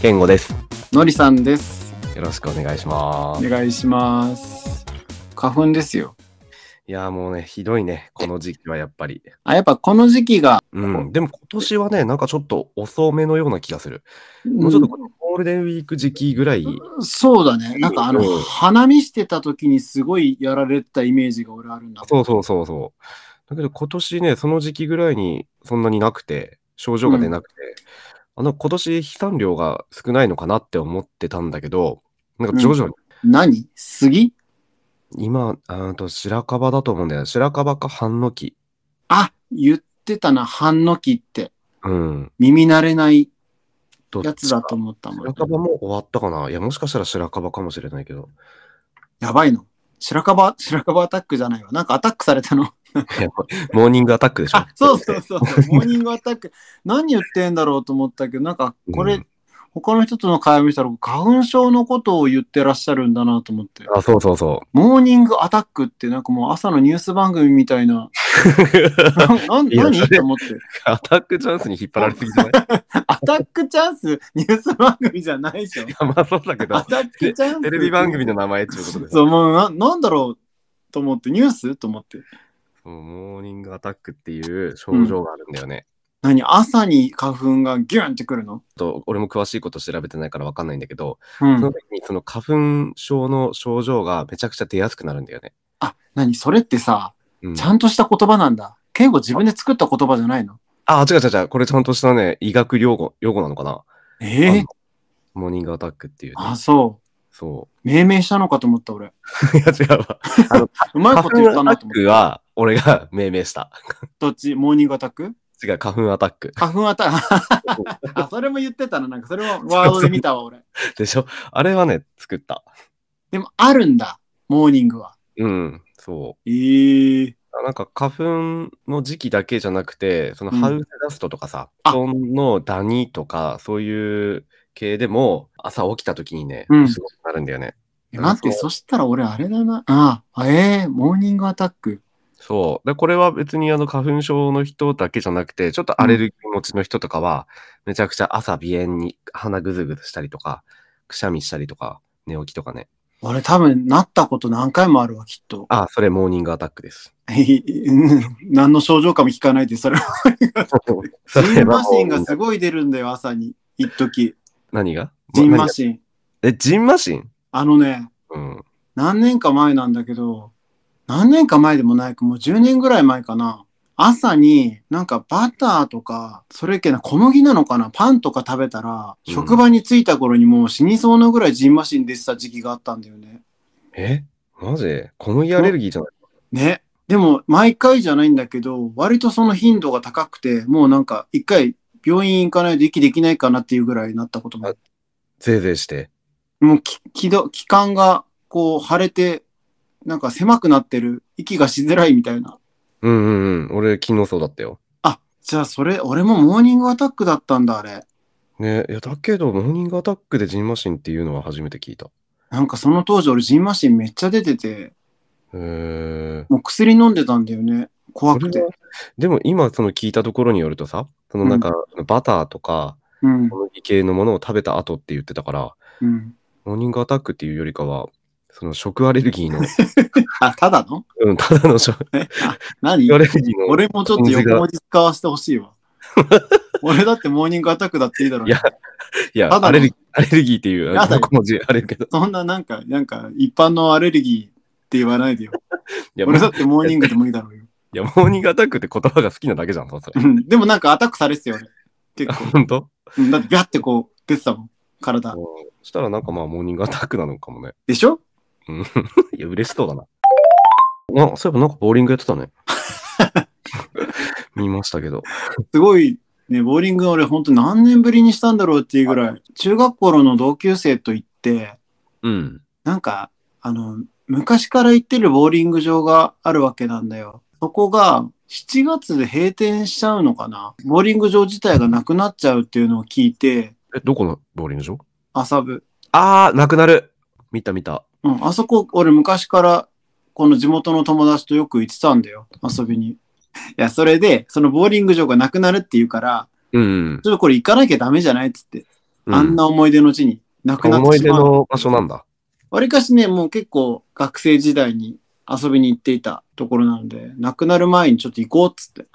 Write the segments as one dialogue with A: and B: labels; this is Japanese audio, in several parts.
A: 健吾です。
B: のりさんです。
A: よろしくお願いしま
B: お
A: す。
B: 願いします。花粉ですよ。
A: いや、もうね、ひどいね、この時期はやっぱり。
B: あ、やっぱこの時期が、
A: うん、でも今年はね、なんかちょっと遅めのような気がする。もうちょっとこのゴールデンウィーク時期ぐらい、
B: うんそうだね。なんかあの、
A: うん
B: 花見してた時にすごいやられてたイメージが俺あるんだ。
A: そうそうそうそう。だけど今年ね、その時期ぐらいにそんなになくて、症状が出なくて、あの、今年飛散量が少ないのかなって思ってたんだけど、なんか徐々に、
B: 何杉
A: 今、あーと白樺だと思うんだよね。白樺か半の木。
B: あ、言ってたな、半の木って。
A: うん。
B: 耳慣れない
A: どっ
B: やつ
A: ちか
B: だと思ったもん
A: 白。樺も終わったかないや、もしかしたら白樺かもしれないけど。
B: やばいの。白樺、白樺アタックじゃないわ。なんかアタックされたの。
A: いやモーニングアタックでしょ
B: あ、 そうそ うそうそう。モーニングアタック。何言ってんだろうと思ったけど、なんかこれ、
A: うん
B: 他の人との会話見たら花粉症のことを言ってらっしゃるんだなと思って。
A: あ、そうそうそ
B: モーニングアタックってなんかもう朝のニュース番組みた いな。
A: う。
B: なな
A: いやそれ
B: 何と思って。
A: アタックチャンスに引っ張られすぎじゃ ないい
B: アタックチャンスニュース番組じゃないでしょ。
A: や、まあそうだけど、
B: アタックチャン ス。
A: テレビ番組の名前っていうことです。
B: そう、もうななんだろうと思って、ニュースと思って。
A: もうモーニングアタックっていう症状があるんだよね。
B: 何朝に花粉がギュンってくるの
A: ちょっと俺も詳しいこと調べてないから分かんないんだけど、
B: う
A: その
B: ん。
A: 時にその花粉症の症状がめちゃくちゃ出やすくなるんだよね。
B: あ、何それってさ、
A: うん
B: ちゃんとした言葉なんだ。結構自分で作った言葉じゃないの
A: あ、違う違う違う。これちゃんとしたね、医学用語、用語なのかな、
B: ええ
A: あのモーニングアタックっていう、ね。
B: あ、そ。
A: そう
B: 命名したのかと思った俺。
A: う。い や、違うわ。
B: うまい
A: 花
B: こと言っ
A: 粉
B: た
A: ア
B: な
A: タ
B: と
A: ッ
B: 思って。
A: クは、俺が命名した。
B: どっちモーニングアタック
A: 違 う、花粉アタック。
B: 花粉アタック。あ、それも言ってたな。なんかそれもワードで見たわ、俺。
A: でしょあれはね、作った。
B: でも、あるんだ。モーニングは。
A: うん、そ
B: えー。
A: う。なんか花粉の時期だけじゃなくて、その
B: うん
A: ハウスダストとかさ、
B: あ
A: 布団のダニとか、そういう系でも、朝起きた時にね
B: うん、
A: すごくなるんだよね。
B: え待って、
A: そ
B: そしたら俺あれだな。ああ、えー、モーニングアタック。
A: そう。で、これは別にあの花粉症の人だけじゃなくて、ちょっとアレルギー持ちの人とかは、めちゃくちゃ朝鼻炎に鼻ぐずぐずしたりとか、くしゃみしたりとか、寝起きとかね。
B: 俺多分なったこと何回もあるわ、きっと。
A: あ、それモーニングアタック です。
B: えーうん何の症状かも聞かないで、それは。
A: そ
B: ジ
A: れ
B: ン
A: は
B: マシン
A: モーニ
B: が
A: ング
B: すごい出るんだよ、朝に。一時
A: 何が
B: ジン
A: 何
B: マ
A: が
B: シン。
A: え、ジンマシン
B: あのね、
A: うん。
B: 何年か前なんだけど、何年か前でもないか、もう10年ぐらい前かな。朝になんかバターとか、それっけな、小麦なのかな、パンとか食べたら、
A: うん
B: 職場に着いた頃にもう死にそうなぐらいジンマシン出てた時期があったんだよね。
A: えマジ小麦アレルギーじゃない
B: ね。でも、毎回じゃないんだけど、割とその頻度が高くて、もうなんか一回病院行かないと息できないかなっていうぐらいになったこともある。
A: ぜいぜいして。
B: もうき、気ど、気管がこう腫れて、なんか狭くなってる、息がしづらいみたいな。
A: うんうんうん。俺、昨日そうだったよ。
B: あ、じゃあそれ、俺もモーニングアタックだったんだ、あれ。
A: ねいや、だけど、モーニングアタックでジンマシンっていうのは初めて聞いた。
B: なんかその当時俺ジンマシンめっちゃ出てて、
A: へー。
B: もう薬飲んでたんだよね。怖く
A: それ
B: て
A: は。でも今その聞いたところによるとさ、そのなんかバターとか
B: うん
A: 小。麦系のものを食べた後って言ってたから、
B: うん。
A: モーニングアタックっていうよりかは、その食アレルギー の、
B: あ、ただの
A: うん、ただの食
B: 何
A: アレルギーの、
B: 俺もちょっと横文字使わせてほしい わ。俺だってモーニングアタックだっていいだろう、
A: いやいや
B: ただ、の
A: アレルギー、アレルギーっていう、
B: やだよ
A: 横文字あれるけど、
B: そんななんか、なんか一般のアレルギーって言わないでよ。
A: いや、もう
B: 俺だってモーニングでもいいだろうよ。
A: いやモーニングアタックって言葉が好きなだけじゃん、そうそれ。
B: うんでもなんかアタックされてたよ、俺。結構。
A: 本当
B: うんだってビャってこう出てたもん、体。
A: そしたらなんかまあ、モーニングアタックなのかもね。
B: でしょ
A: うん いや、嬉しそうだな。あ、そういえばなんかボーリングやってたね。 見ましたけど。
B: すごい、ね、ボーリング俺本当何年ぶりにしたんだろうっていうぐらい、中学校の同級生と行って、
A: うん。
B: なんか、あの、昔から行ってるボーリング場があるわけなんだよ。そこが7月で閉店しちゃうのかなボーリング場自体がなくなっちゃうっていうのを聞いて、
A: え、どこのボーリング場
B: 朝部。
A: あー、なくなる。見た見た。
B: うん、あそこ俺昔からこの地元の友達とよく行ってたんだよ。遊びに。いや、それで、そのボーリング場がなくなるっていうから、
A: うん、うん。
B: ちょっとこれ行かなきゃダメじゃないっつって。
A: うん
B: あんな思い出の地になくなっ
A: 思
B: て
A: い
B: し
A: 出
B: まう。
A: の場所なんだ。
B: わりかしね、もう結構学生時代に遊びに行っていたところなので、亡くなる前にちょっと行こうっつって。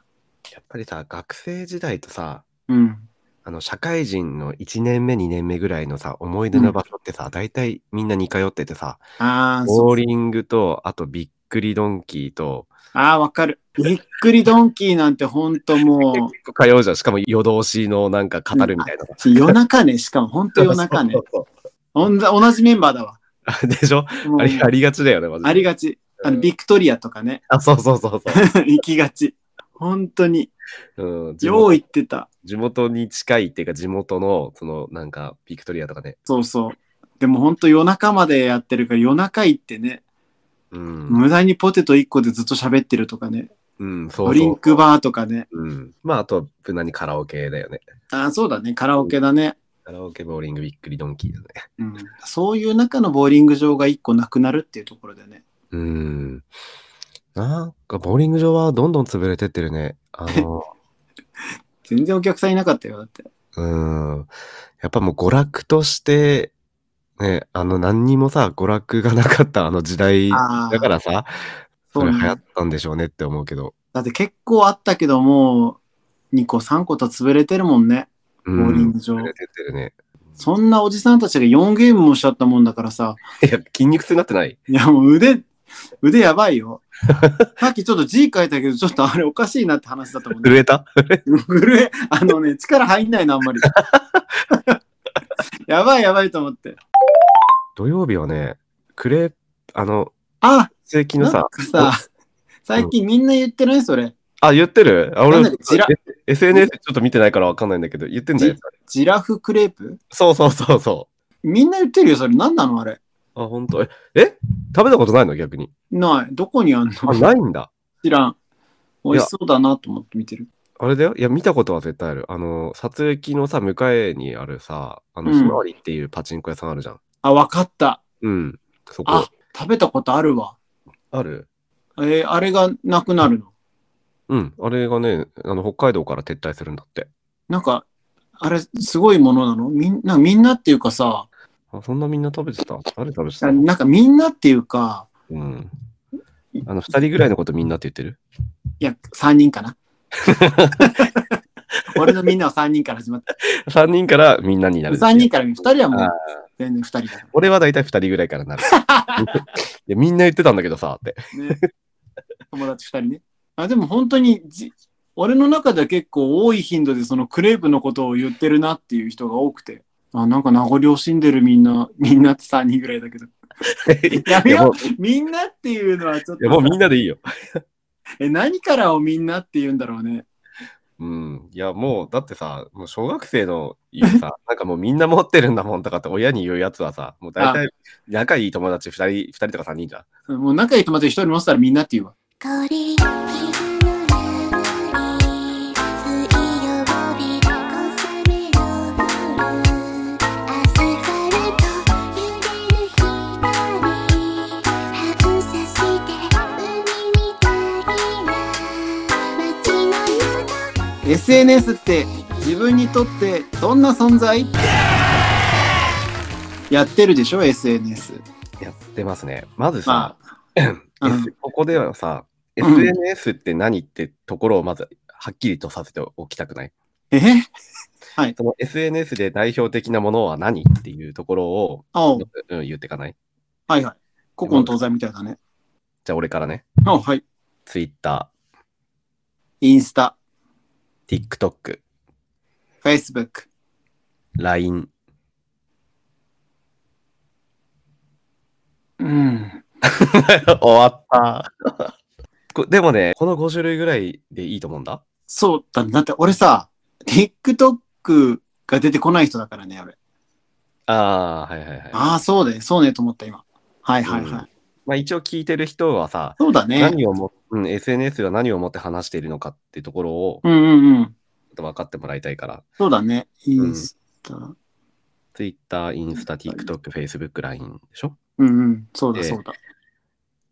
A: やっぱりさ、学生時代とさ、
B: うん。
A: あの、社会人の1年目、2年目ぐらいのさ、思い出の場所ってさ、大体みんな似通っててさ、
B: ああ、そ
A: ボー
B: う。
A: リングと、あとびっくりドンキーと、
B: ああ、わかる。びっくりドンキーなんてほんともう、
A: 結構通うじゃん。しかも夜通しのなんか語るみたいな。
B: 夜中ね、しかもほんと夜中 ね
A: そう。そうそう
B: ほんと同じメンバーだわ。
A: あ でしょ
B: もう
A: ありありがちだよね、マジで
B: ありがち。あの、ビクトリアとかね、
A: あ、そうそうそうそ
B: 行きがち。本当に。
A: う。うん、地
B: よう
A: 元
B: 行ってた。
A: 地元に近いっていうか、地元の、その、なんか、ビクトリアとかね。
B: そうそう。でも本当夜中までやってるから夜中行ってね、
A: うん。
B: 無駄にポテト1個でずっと喋ってるとかね、
A: うん、そうそう
B: ドリンクバーとかね。
A: うん。まあ、あとは、無難にカラオケだよね。
B: ああ、そうだね、カラオケだね。
A: カラオケボーリングびっくりドンキーだね。
B: うん、そういう中のボーリング場が1個なくなるっていうところでね。
A: うん。なんか、ボーリング場はどんどん潰れてってるね。あの、
B: 全然お客さんいなかったよ、だって。
A: うん。やっぱもう娯楽として、ね、あの、何にもさ、娯楽がなかったあの時代
B: ああ
A: だからさ、
B: そ
A: そうれ
B: ね
A: 流行ったんでしょうねって思うけど。
B: だって結構あったけども、2個3個と潰れてるもんね。
A: ボ
B: ボーリング場
A: 潰れてってるね。
B: そんなおじさんたちが4ゲームもしちゃったもんだからさ、
A: いや、筋肉痛になってない
B: いやもう腕、腕やばいよ。さっきちょっと字書いたけど、ちょっとあれおかしいなって話だったもんね。
A: 震えた
B: 震え、あのね、力入んないな、あんまり。 やばいやばいと思って。
A: 土曜日はね、クレープ、あの、
B: あ、
A: 正規
B: な
A: の
B: んか
A: さ、
B: さ、最近みんな言ってないそれ。
A: あ、言ってるあ、
B: な
A: 俺
B: んだっけジラ、
A: え SNS ちょっと見てないからわかんないんだけど、言ってんだよ
B: じ。ジラフクレープ
A: そうそうそうそ
B: みんな言ってるよ、それ。何なのあれ。
A: う。あ、本当え、え食べたことないの逆に。
B: ない。どこにあんの
A: あ、ないんだ。
B: 知らん。美味しそうだなと思って見てる。
A: あれだよ。いや、見たことは絶対ある。あの、撮影機のさ、向かいにあるさ、あの、
B: うん
A: ひまわりっていうパチンコ屋さんあるじゃん。
B: あ、わかった。
A: うん。そこ
B: あ。、食べたことあるわ。
A: ある
B: えーあれがなくなるの。
A: うん。あれがね、あの、北海道から撤退するんだって。
B: なんか、あれ、すごいものなのみんな、みんなっていうかさ、
A: あ、そんなみんな食べてた誰食べてた
B: なんかみんなっていうか、
A: うん。あの、二人ぐらいのことみんなって言ってる
B: いや、3人かな。俺のみんなは3人から始まった。
A: 三人からみんなになる。
B: 3人から2人はも
A: あー
B: う全然2人だか
A: 俺は大体二人ぐらいからな る。いや、みんな言ってたんだけどさ、って。
B: らね。友達2人ね。あでも本当にじ、俺の中では結構多い頻度でそのクレープのことを言ってるなっていう人が多くて。あなんか名残惜しんでるみんな、みんなって3人ぐらいだけど。や め
A: いやも
B: よ
A: う
B: うみんなっていうのはちょっ
A: いや、もう
B: と
A: みん
B: さ
A: なでいいよ。
B: え、何からをみんなって言うんだろうね。
A: うん。いや、もう、だってさ、もう小学生の言う さ、なんかもうみんな持ってるんだもんとかって親に言うやつはさ、もう大体仲いい友達2人、二人とか3人じゃん。
B: もう仲いい友達1人持ってたらみんなって言うわ。
C: 香り気分の流れ水曜日小雨の夜アスファルト揺れる光反射して海みたいな街の中
B: SNS って自分にとってどんな存在やってるでしょ SNS
A: やってますね。まずさ
B: ま、 あ、うん
A: S ここではさ、
B: うん
A: SNS って何ってところをまずはっきりとさせておきたくない。
B: え
A: その SNS で代表的なものは何っていうところを、
B: あ
A: うん、言ってかない。
B: はいはい古今東西みたいだね
A: じゃあ俺からね。
B: あはい
A: Twitter、
B: インスタ
A: TikTok、
B: Facebook
A: LINE。
B: うん
A: 終わった。こでもね、この5種類ぐらいでいいと思うんだ。
B: そうだねだって俺さ TikTok が出てこない人だからね俺
A: ああー、はいはいはい。
B: ああそうだよそうねと思った今はいはいはい、
A: うんまあ、一応聞いてる人はさ、
B: そうだね
A: 何をも、うん、SNS は何をもって話しているのかっていうところを
B: うんうんうん
A: 分かってもらいたいから、
B: そうだねインスタ、
A: Twitter、インスタ、TikTok、Facebook、LINE でしょ
B: うんうんそうだ
A: で
B: そうだ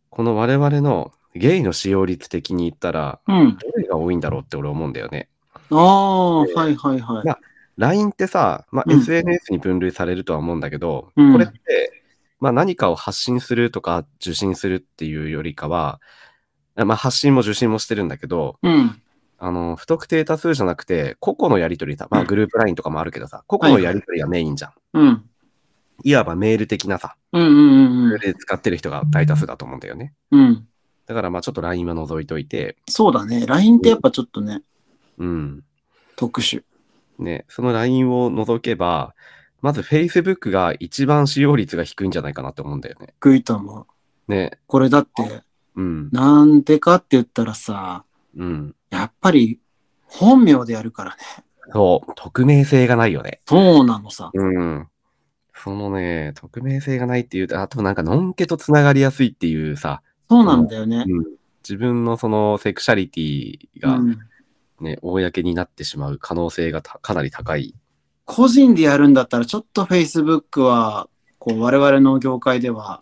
A: この我々のゲイの使用率的に言ったら、
B: うん
A: どれが多いんだろうって俺思うんだよね。
B: ああ、はいはいはい。
A: ま LINE ってさ、まあ、
B: うん
A: SNS に分類されるとは思うんだけど、
B: うん
A: これって、まあ、何かを発信するとか受信するっていうよりかは、まあ、発信も受信もしてるんだけど、
B: うん。
A: あの、不特定多数じゃなくて、個々のやりとりだ。まあ、グループ LINE とかもあるけどさ、個々のやりとりがメインじゃん。
B: うん。
A: いわばメール的なさ、
B: うんうんうん
A: それで使ってる人が大多数だと思うんだよね。
B: うん。うん。
A: だから、まあ、ちょっと LINE は覗いといて、
B: そうだね。LINE ってやっぱちょっとね、
A: うん。
B: 特殊。
A: ね、その LINE を覗けば、まず Facebook が一番使用率が低いんじゃないかなって思うんだよね。
B: グイと思う。
A: ね、
B: これだって、
A: うん、
B: なんでかって言ったらさ、
A: うん。
B: やっぱり本名でやるからね。
A: そう、匿名性がないよね。
B: そうなのさ。
A: うん。そのね、匿名性がないっていうと、あとなんか、のんけとつながりやすいっていうさ、
B: そうなんだよね。
A: 自分のそのセクシャリティ
B: う
A: が
B: ん。
A: ね、公になってしまう可能性がたかなり高い。
B: 個人でやるんだったら、ちょっと Facebook は、こう、我々の業界では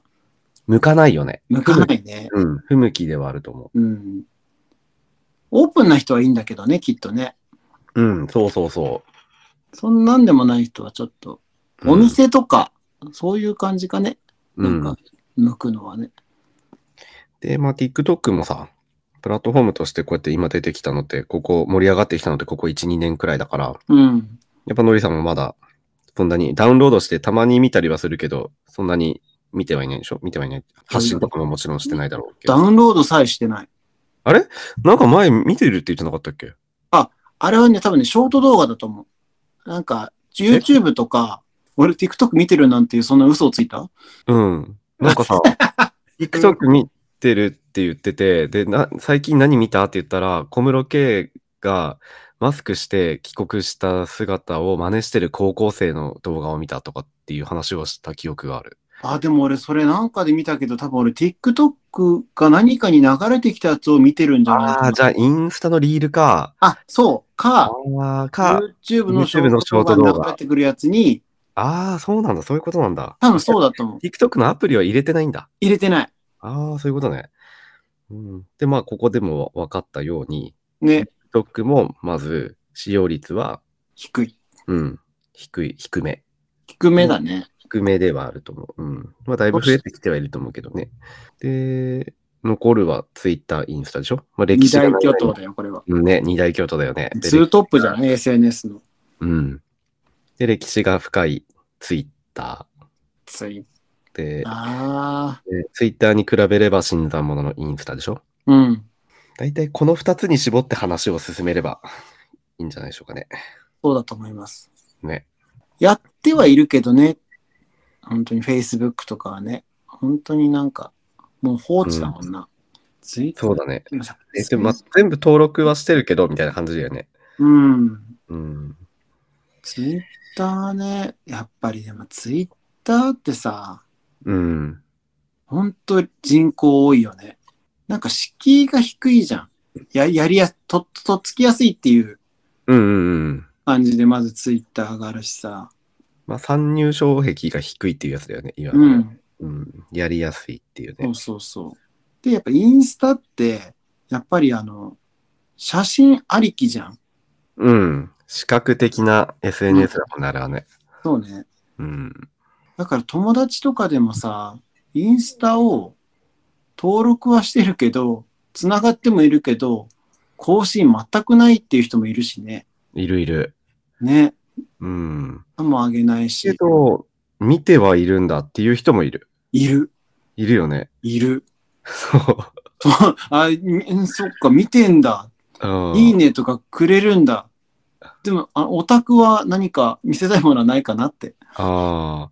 A: 向かないよね。
B: 向かないね。
A: うん。不向きではあると思
B: うん。オープンな人はいいんだけどね、きっとね。
A: う。うん、そうそうそ
B: そんなんでもない人はちょっと、
A: う。
B: お店とか、そういう感じかね。
A: う
B: なん
A: ん、う
B: か
A: ん。、
B: 向くのはね。
A: で、まあ、TikTok もさ、プラットフォームとしてこうやって今出てきたのって、ここ盛り上がってきたのって、ここ1、2年くらいだから、
B: うん。
A: やっぱのりさんもまだ、そんなにダウンロードしてたまに見たりはするけど、そんなに見てはいないでしょ見てはいない。発信とかももちろんしてないだろうけ
B: ダ
A: ど。
B: ウンロードさえしてない。
A: なんか前見てるって言ってなかったっけ
B: あれはね、多分ね、ショート動画だと思う。なんか、YouTube とか、俺 TikTok 見てるなんていう、そんな嘘をついた
A: うん。なんか さ、TikTok 見てるって言ってて、で、な最近何見たって言ったら、小室圭がマスクして帰国した姿を真似してる高校生の動画を見たとかっていう話をした記憶がある。
B: あ、でも俺それなんかで見たけど、多分俺 TikTok が何かに流れてきたやつを見てるんじゃないか
A: あ
B: な
A: あ、じゃあインスタのリールか、
B: あ、そう。か、
A: ああ、か、
B: YouTube のショ
A: YouTube のショ
B: ー
A: ート
B: ト
A: 動画
B: 動画に流れてくるやつに、
A: ああ、そうなんだ、そういうことなんだ。
B: 多分そうだと思う。
A: TikTok のアプリは入れてないんだ。
B: 入れてない。
A: ああ、そういうことね。うん、で、まあ、ここでも分かったように、
B: ね、
A: TikTok もまず使用率は、
B: 低い。
A: うん、低い、低め。
B: 低めだね。
A: 低めではあると思う。うん。まあ、だいぶ増えてきてはいると思うけどね。で、残るは Twitter、インスタでしょまあ、歴
B: 二
A: 史が
B: 大
A: 長い
B: 巨頭だよ、これは。
A: うんね、二大巨頭だよね。で
B: ツートップじゃない ?SNS の。
A: うん。で、歴史が深い Twitter
B: ツイ
A: で、
B: ああ。
A: Twitter に比べれば新参者のインスタでしょ
B: うん。
A: 大体この2つに絞って話を進めればいいんじゃないでしょうかね。
B: そうだと思います。
A: ね。
B: やってはいるけどね。本当に Facebook とかはね。本当になんか、もう放置だもんな。ツイッタ
A: そうだね。
B: ー。
A: えでもまあ全部登録はしてるけど、みたいな感じだよね。
B: うん。
A: うん。
B: ツイッターね、やっぱりでもツイッターってさ、
A: うん。
B: ほんと人口多いよね。なんか敷居が低いじゃん。ややりやすと、とっつきやすいっていう
A: うんうんうん。
B: 感じでまずツイッターがあるしさ。
A: まあ、参入障壁が低いっていうやつだよね、いわゆ
B: う
A: る、
B: ん。
A: うんやりやすいっていう
B: そ
A: ね
B: う。そうそう。で、やっぱインスタって、やっぱりあの、写真ありきじゃん。
A: うん。視覚的な SNS だもんね、あれはね。
B: そうね。
A: うん。
B: だから友達とかでもさ、インスタを登録はしてるけど、つながってもいるけど、更新全くないっていう人もいるしね。
A: いるいる。
B: ね。
A: うん。
B: もあげない
A: け
B: し。
A: ど、見てはいるんだっていう人もいる。
B: いる。
A: いるよね。
B: いる。
A: そ
B: そうあ、みそっか、見てんだ。
A: う。うん
B: いいねとかくれるんだ。でも、あオタクは何か見せたいものはないかなって。
A: ああ。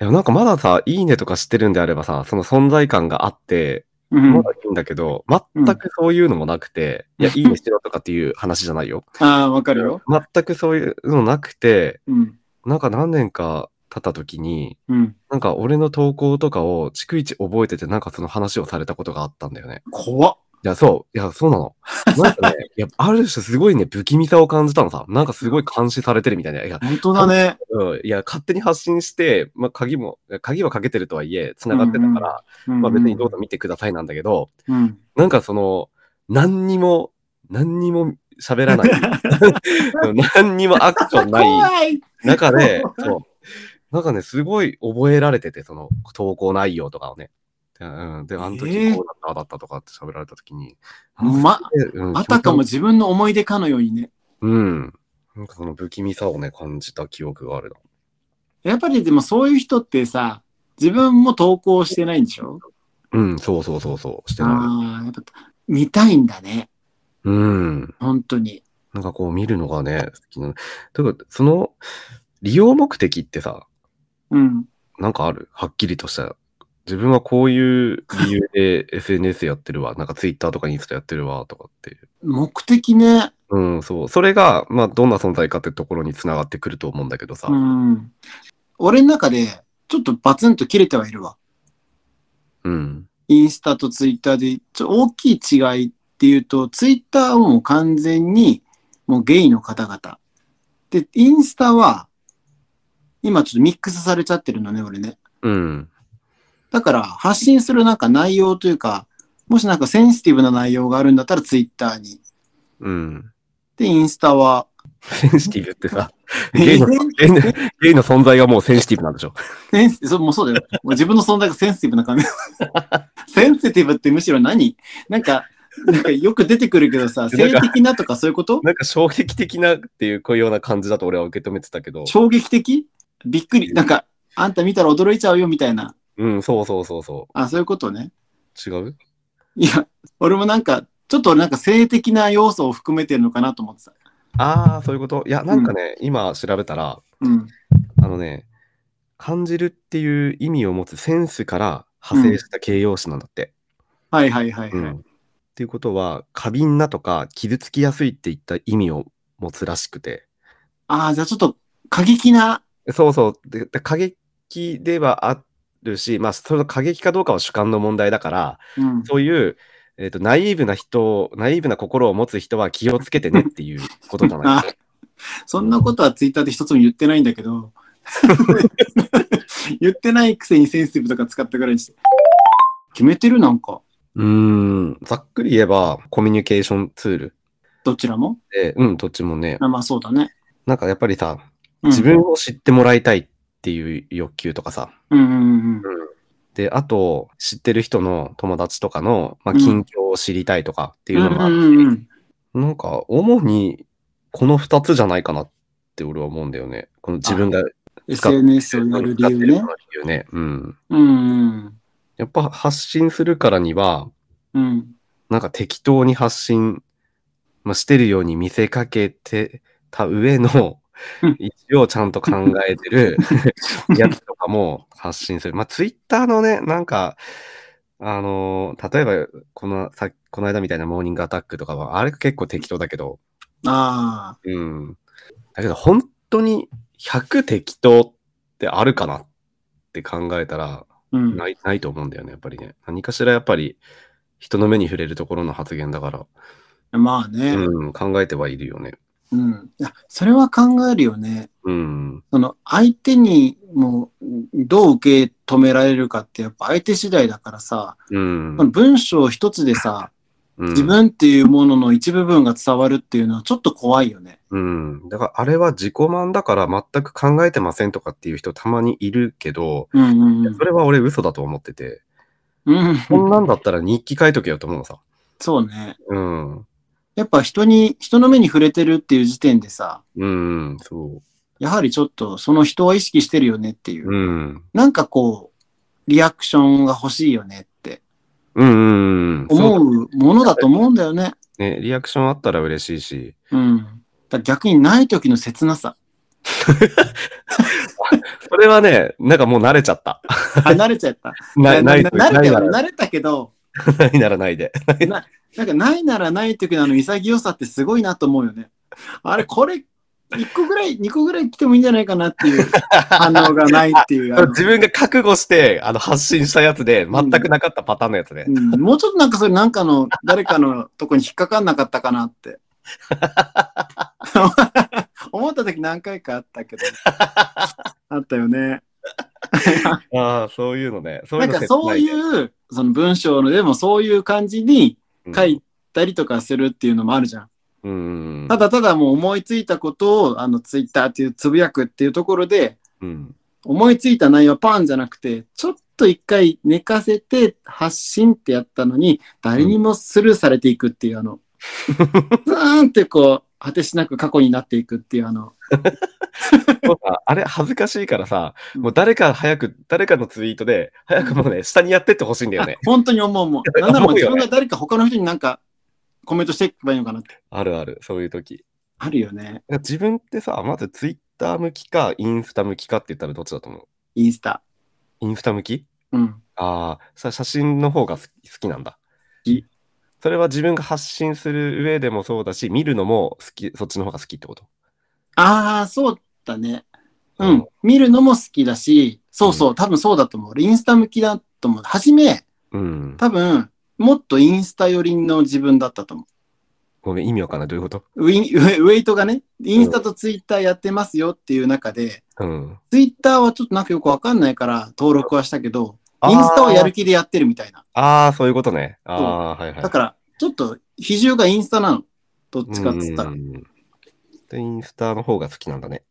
A: いや、なんかまださ、いいねとかしてるんであればさ、その存在感があって、
B: うん。
A: ま
B: あ
A: だいいんだけど、全くそういうのもなくて、いや、いいねしろとかっていう話じゃないよ。
B: あー、わかるよ。
A: 全くそういうのなくて、
B: うん。
A: なんか何年か経った時に、
B: うん。
A: なんか俺の投稿とかを逐一覚えてて、なんかその話をされたことがあったんだよね。
B: 怖っ。
A: いや、そう。いや、そうな の。なんかね、いや、ある種すごいね、不気味さを感じたのさ。なんかすごい監視されてるみたいな。いや、
B: 本当だね。
A: うん、いや、勝手に発信して、まあ、鍵も、鍵はかけてるとはいえ、繋がってた
B: うんう
A: か
B: ん
A: ら、
B: ま
A: まあ、別にどうぞ見てくださいなんだけど、
B: うん。
A: なんかその、何にも、何にも喋ら ない。何にもアクションない
B: い
A: 中で、そう。なんかね、すごい覚えられてて、その投稿内容とかをね。で、うん、であの
B: え
A: 時
B: ー
A: こうだった、ああだったとかって喋られた時に。
B: ま
A: あのうん
B: あたかも自分の思い出かのようにね。
A: うん。なんかその不気味さをね、感じた記憶がある
B: やっぱりでもそういう人ってさ、自分も投稿してないんでしょ
A: な。うん、そうそうそうそう、してな
B: ああ、やっぱ見たいんだね。
A: い。うん。
B: 本当に。
A: なんかこう見るのがね、好きなの。というか、その、利用目的ってさ、
B: うん。
A: なんかあるはっきりとした。自分はこういう理由 で SNS やってるわ。なんか Twitter とかインスタやってるわ、とかっていう。
B: 目的ね。
A: うん、そう。それが、まあ、どんな存在かってところに繋がってくると思うんだけどさ。
B: う
A: うん。
B: ん。俺の中で、ちょっとバツンと切れてはいるわ。インスタとツイッターで、ちょ大きい違いっていうと、ツイッターはもう完全にもうゲイの方々。で、インスタは、今ちょっとミックスされちゃってるのね、俺ね。
A: うん。
B: だから、発信するなんか内容というか、もしなんかセンシティブな内容があるんだったらツイッターに。
A: うん。
B: で、インスタは、
A: センシティブって さ、ゲイの、ゲイのゲイの存在がもうセンシティブなんでしょ。
B: センシそうもうそうだよ。もう自分の存在がセンシティブな感 じ。センシティブってむしろ何なんか、なんかよく出てくるけどさ、性的なとかそういうこと
A: なんか衝撃的なっていう、こういうような感じだと俺は受け止めてたけど。
B: 衝撃的びっくり。なんか、あんた見たら驚いちゃうよみたいな。
A: うん、そうそうそうそ
B: あ、そういうことね。
A: う。違う
B: いや、俺もなんか、ちょっとなんか性的な要素を含めてるのかなと思ってた。
A: ああ、そういうこといや、なんかね、今調べたら、
B: うん。
A: あのね、感じるっていう意味を持つセンスから派生した形容詞なんだって。
B: はいはいはい、はい
A: うんっていうことは、過敏なとか傷つきやすいっていった意味を持つらしくて。
B: ああ、じゃあちょっと過激な。
A: そうそう。でで過激ではあるし、まあ、その過激かどうかは主観の問題だから、
B: うん。
A: そういう、えー、とナイーブな人、ナイーブな心を持つ人は気をつけてねっていうことじゃない
B: あそんなことはツイッターで一つも言ってないんだけど、 言ってないくせにセンシティブとか使ったぐらいにして。決めてるなんか、
A: うーん、ざっくり言えば、コミュニケーションツール
B: どちらも。
A: で、うん、どっちもね、
B: あまあそうだね。
A: なんかやっぱりさ、
B: うん
A: 自分を知ってもらいたいっていう欲求とかさ、
B: うんうんうん。
A: で、あと、知ってる人の友達とかの、まあ、
B: うん
A: 近況を知りたいとかっていうのもあ
B: う
A: るし、
B: んうんうん
A: なんか、主に、この二つじゃないかなって俺は思うんだよね。この自分が使っ
B: SNS をやる理由ね
A: 使っ。てる理由ね。うん。
B: うんうん。
A: やっぱ発信するからには、
B: うん。
A: なんか適当に発信、まあ、してるように見せかけてた上の
B: うん、
A: 一応ちゃんと考えて るやつとかも発信する。まあ、ツイッターのね、なんか、あのー例えば、この、さこの間みたいなモーニングアタックとかは、あれ結構適当だけど、
B: ああ、
A: うん。だけど、本当に100適当ってあるかなって考えたら、
B: うん。
A: ないないと思うんだよね、やっぱりね。何かしらやっぱり人の目に触れるところの発言だから、
B: まあね、うん
A: うん、考えてはいるよね。
B: いや。それは考えるよね。
A: うん、
B: その相手にもどう受け止められるかってやっぱ相手次第だからさ、
A: うん
B: その。文章一つでさ、
A: うん
B: 自分っていうものの一部分が伝わるっていうのはちょっと怖いよね。
A: うん。だからあれは自己満だから全く考えてませんとかっていう人たまにいるけど、
B: うんうんうん
A: それは俺嘘だと思ってて、
B: うん。
A: こんなんだったら日記書いとけよと思うのさ。
B: そうね。
A: うん。
B: やっぱ人に、人の目に触れてるっていう時点でさ、
A: うん、そ。
B: やはりちょっとその人は意識してるよねっていうう。
A: うん。
B: なんかこう、リアクションが欲しいよねって
A: うん、うん、うん。そう
B: 思うものだと思うんだよね。
A: ね。リアクションあったら嬉しいし、
B: うん。だから逆にない時の切な さ。
A: それはね、なんかもう慣れちゃ った。
B: あ、慣れちゃった。
A: なない、
B: な慣れたよ
A: なら
B: 慣れたけど、
A: ないならないで。
B: なんかないならない時のあの潔さってすごいなと思うよね。あれ、これ、1個ぐらい、2個ぐらい来てもいいんじゃないかなっ ていう反応がないっていう。あの
A: 自分が覚悟してあの発信したやつで、全くなかったパターンのやつね。
B: うんもうちょっとなんかそれなんかの誰かのとこに引っかかんなかったかなって。 思った時何回かあったけど。あったよね。
A: ああ、そういうのね。そ
B: なんかそういうう、その文章のでもそういう感じに
A: の切な
B: 書
A: いね
B: いたりとかするっていうのもあるじゃん。
A: うん。
B: ただただもう思いついたことを、あの、ツイッターっていうつぶやくっていうところで、
A: うん。
B: 思いついた内容はパンじゃなくて、ちょっと一回寝かせて発信ってやったのに、誰にもスルーされていくっていう、あ の、ずーんってこう、果てしなく過去になっていくっていう、あの、
A: そうかあれ、恥ずかしいからさ、
B: うん
A: もう誰か早く、誰かのツイートで、早くもうね、下にやってってほしいんだよね
B: あ。本当に思う思う。なんなら
A: 思
B: もう
A: う
B: 自
A: よね
B: 分が誰か他の人になんかコメントしていけばいいのかなって。
A: あるある、そういう時。
B: あるよね。
A: 自分ってさ、まずツイッター向きか、インスタ向きかって言ったらどっちだと思う
B: インスタ。
A: インスタ向き
B: うん。
A: ああ、さ写真の方が好き好きなんだ
B: き。
A: それは自分が発信する上でもそうだし、見るのも好き、そっちの方が好きってこと。
B: ああ、そうだね。う
A: うん
B: ん。見るのも好きだし、そうそう、多分そうだと思う。俺インスタ向きだと思う。初め、
A: うん。
B: 多分、もっとインスタ寄りの自分だったと思う。
A: ごめん、意味わかんない。どういうこと
B: ウィンウェウェイトがね、インスタとツイッターやってますよっていう中で、
A: うん。
B: ツイッターはちょっとなんかよくわかんないから登録はしたけど、
A: あー
B: インスタはやる気でやってるみたいな。
A: ああ、そういうことね。ああー、はいはい。
B: だから、ちょっと比重がインスタなの。どっちかっつったら。
A: う
B: 好
A: んで、インスタの方が好きなんだね。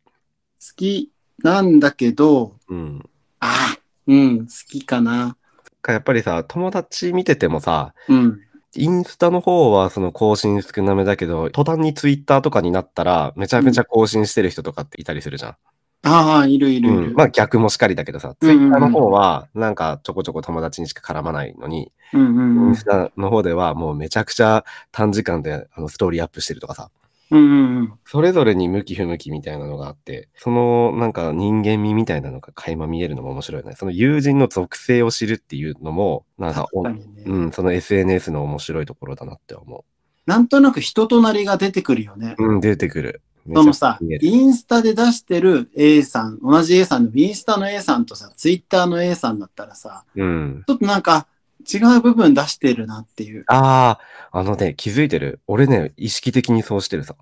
B: きなんだけど、
A: うん。
B: ああ、うん、好きかな。
A: かやっぱりさ、友達見ててもさ、
B: うん。
A: インスタの方はその更新少なめだけど、途端にツイッターとかになったら、めちゃめちゃ更新してる人とかっていたりするじゃん。
B: ああ、いるいるい
A: うん
B: る。
A: まあ逆もしかりだけどさ、
B: うん
A: ツ
B: う
A: イ
B: ん
A: ッターの方はなんかちょこちょこ友達にしか絡まないのに、
B: うんう
A: イ
B: んうん
A: ンスタの方ではもうめちゃくちゃ短時間であのストーリーアップしてるとかさ、
B: うんうんうん。
A: それぞれに向き不向きみたいなのがあって、そのなんか人間味みたいなのが垣間見えるのも面白いよね。その友人の属性を知るっていうのも、なんか
B: 確かにね。
A: うん、その SNS の面白いところだなって思
B: なんとなく人となりが出てくるよね。
A: う。うん、出てくる。めちゃ
B: そのさ
A: 見え、る
B: インスタで出してる A さん、同じ A さんでもインスタの A さんとさ、ツイッターの A さんだったらさ、
A: うん。
B: ちょっとなんか違う部分出してるなっていう。
A: ああ、あのね、気づいてる。俺ね、意識的にそうしてるさ。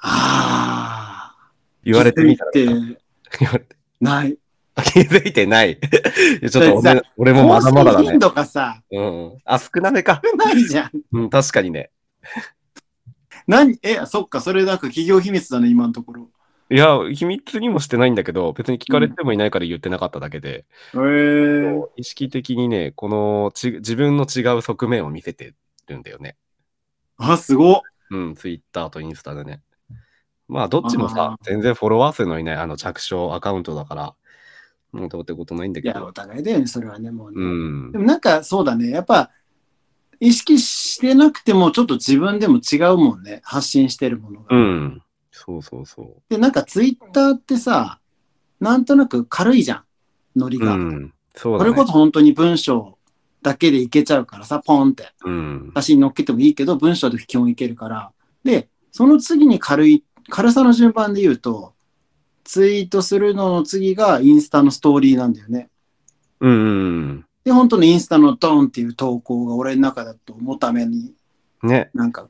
B: ああ。
A: 言われてみたら。
B: 気づいて
A: 言われて
B: ない。
A: 気づいてない。いやちょっと
B: だって
A: 俺俺もまだまだだ
B: 更新頻
A: ね。
B: 度がさ、
A: うんうん。あ、少なめか。
B: 少ないじゃん。
A: うん、確かにね。
B: 何え、そっか、それなんか企業秘密だね、今のところ。
A: いや、秘密にもしてないんだけど、別に聞かれてもいないから言ってなかっただけで、
B: へえ。
A: 意識的にね、このち自分の違う側面を見せてるんだよね。
B: あ、すごっ。
A: うん、ツイッターとインスタでね。まあ、どっちもさ
B: あ、
A: 全然フォロワー数のいない、あの、着床アカウントだから、うん、どうってことないんだ
B: い
A: け
B: や、お
A: ど。
B: 互いだよね、それはね、もうね。
A: うん
B: で。もなんかそうだね。やっぱ意識してなくてもちょっと自分でも違うもんね。発信してるものが。
A: うん。そうそうそ
B: で、なんかツイッターってさ、なんとなく軽いじゃん。ノリ
A: う。う
B: が。
A: ん。そう
B: そ
A: だ
B: れ
A: ね
B: こ。そ本当に文章だけでいけちゃうからさ、ポンって。
A: うん。
B: 写真載っけてもいいけど、文章で基本いけるから。で、その次に軽い、軽さの順番で言うと、ツイートするのの次がインスタのストーリーなんだよね。
A: うんうん
B: で、本当にインスタのドンっていう投稿が俺の中だと思うために
A: うん。ね。
B: なんか、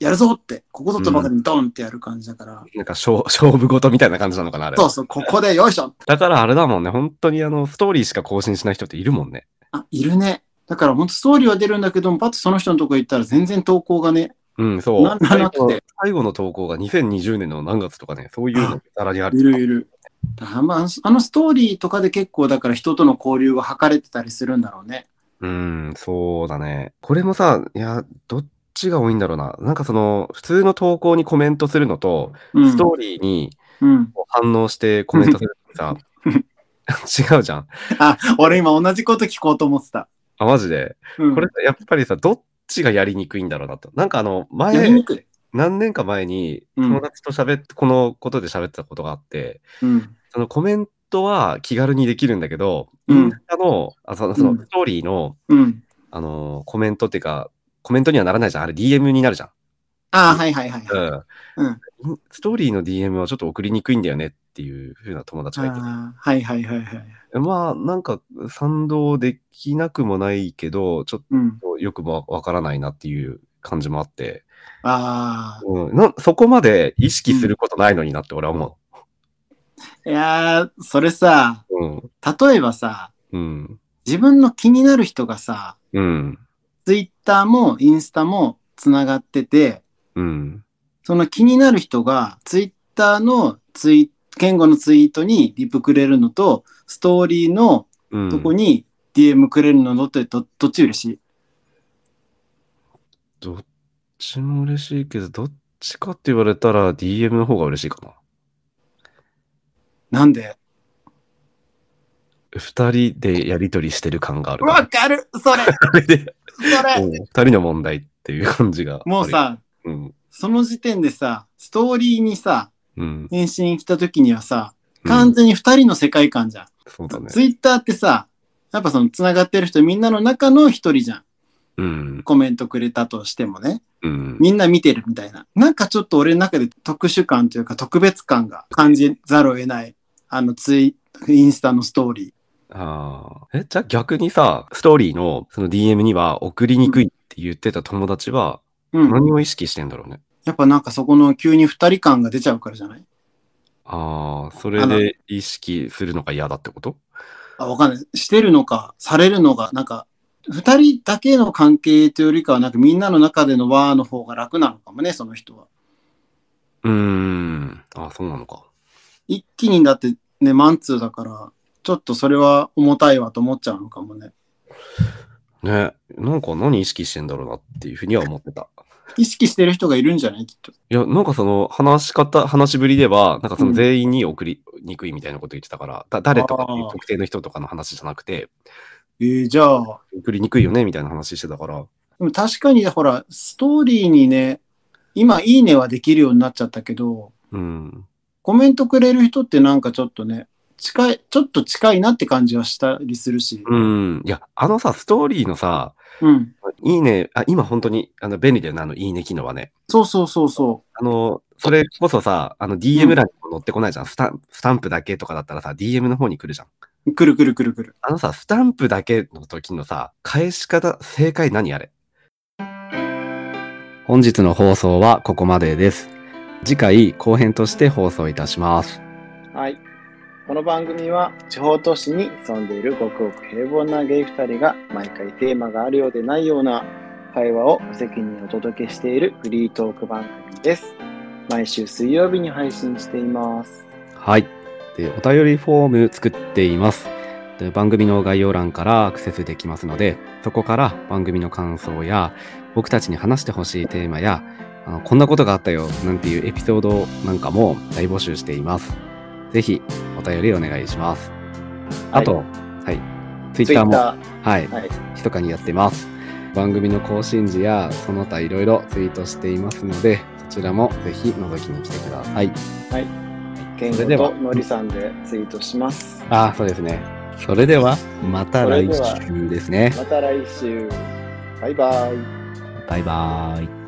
B: やるぞって、ここぞとばかりにドンってやる感じだから、
A: なんか勝勝負事みたいな感じなのかな、あれは。
B: そうそう、ここでよいしょ
A: だからあれだもんね、本当にあの、ストーリーしか更新しない人っているもんね。
B: あ、いるね。だから本当ストーリーは出るんだけども、パッとその人のとこ行ったら全然投稿がね、
A: うん、そう。
B: ななんなくて
A: 最後最後の投稿が2020年の何月とかね、そういうのがざらにある。
B: いるいる。だからまあ、あのあのストーリーとかで結構だから人との交流が図れてたりするんだろうね。
A: うん、そうだね。これもさ、いや、どっちが多いんだろうな。なんかその、普通の投稿にコメントするのと、
B: うん。
A: ストーリーに
B: うん、
A: 反応してコメントするのってさ、違うじゃん。
B: あ、俺今同じこと聞こうと思ってた。
A: あ、マジで。
B: うん、
A: これ、やっぱりさ、どっちがやりにくいんだろうなと。なんかあの、前、
B: やりにくい。
A: 何年か前に
B: うん
A: 友達と喋って、このことで喋ってたことがあって、
B: うん。
A: そのコメントは気軽にできるんだけど、
B: うん
A: インスタの、あそのその
B: うん
A: ストーリーの、
B: うん。
A: あのーコメントっていうか、コメントにはならないじゃん。あれ DM になるじゃん。
B: あーはいはいはいはい。うん。
A: うん。ストーリーの DM はちょっと送りにくいんだよねっていうふうな友達がいて。
B: あーはいはいはいはい。
A: まあ、なんか賛同できなくもないけど、ちょっ
B: うん。
A: とよくわわからないなっていう感じもあって、
B: ああ。
A: うん、なそこまで意識することないのになって俺は思
B: いやー、それさ、
A: う。うん。
B: 例えばさ、
A: うん。
B: 自分の気になる人がさ、
A: うん。
B: ツイッターもインスタもつながってて、
A: うん。
B: その気になる人が、ツイッターのツイ、言語のツイートにリプくれるのと、ストーリーの
A: うん。
B: とこに DM くれるのってどどっち嬉しい
A: どっちも嬉しいけど、どっちかって言われたら DM の方が嬉しいかな。
B: なんで
A: 二人でやりとりしてる感があるから。
B: わかるそれ
A: あれで、
B: そ
A: お
B: れ
A: う二人の問題っていう感じが。
B: もう、さ、
A: うん。
B: その時点でさ、ストーリーにさ、
A: うん。
B: 返信来た時にはさ、
A: う
B: 完
A: ん
B: 全に二人の世界観じゃん。
A: そうだね。
B: ツイッターってさ、やっぱその繋がってる人みんなの中の一人じゃん。
A: うん。
B: コメントくれたとしてもね。
A: うん。
B: みんな見てるみたいな。なんかちょっと俺の中で特殊感というか特別感が感じざるを得ない。あのツイ、インスタのストーリー。
A: ああ。え、じゃあ逆にさ、ストーリーのその DM には送りにくいって言ってた友達は
B: うん。
A: 何を意識してんだろうね。
B: やっぱなんかそこの急に二人感が出ちゃうからじゃない
A: ああ、それで意識するのが嫌だってこと
B: あ、わかんない。してるのか、されるのが、なんか、二人だけの関係というよりかは、なんかみんなの中での輪の方が楽なのかもね、その人は。
A: うーん。ああ、そうなのか。
B: 一気にだってね、マンツーだから、ちょっとそれは重たいわと思っちゃうのかもね。
A: ね。なんか何意識してんだろうなっていうふうには思ってた。
B: 意識してる人がいるんじゃないきっと。
A: いや、なんかその話し方、話しぶりでは、なんかその全員に送りにくいみたいなこと言ってたから、だ誰とかってい
B: あ
A: う
B: ー
A: 特定の人とかの話じゃなくて、
B: えーじゃあ、
A: 送りにくいよねみたいな話してたから、
B: でも確かにほら、ストーリーにね、今いいねはできるようになっちゃったけど、
A: うん。
B: コメントくれる人ってなんかちょっとね、近い、ちょっと近いなって感じはしたりするし。
A: うん。いや、あのさ、ストーリーのさ、
B: うん。
A: いいね、あ今本当にあの便利だよね、あのいいね機能はね。
B: そうそうそうそ
A: あの、それこそさ、あの DM 欄にも載ってこないじゃん、スタン。スタンプだけとかだったらさ、DM の方に来るじゃん。
B: う。くるくるくるくる。
A: あのさ、スタンプだけの時のさ、返し方、正解何あれ本日の放送はここまでです。次回後編として放送いたします。
B: はい。この番組は地方都市に住んでいるごくごく平凡なゲイ2人が毎回テーマがあるようでないような会話を無責任にお届けしているフリートーク番組です。毎週水曜日に配信しています。
A: はい。で、お便りフォーム作っています。で番組の概要欄からアクセスできますので、そこから番組の感想や、僕たちに話してほしいテーマや、あのこんなことがあったよなんていうエピソードなんかも大募集しています。ぜひ、お便りお願いします。あと、はい。ツイッターも、はい、
B: はい。
A: ひそかにやってます。番組の更新時や、その他いろいろツイートしていますので、そちらもぜひ覗きに来てください。
B: 健
A: それ
B: 吾
A: では
B: とのりさんでツイートします。
A: ああ、そうですね。それでは、また来週ですね。
B: また来週。バイバイ。
A: バイバーイ。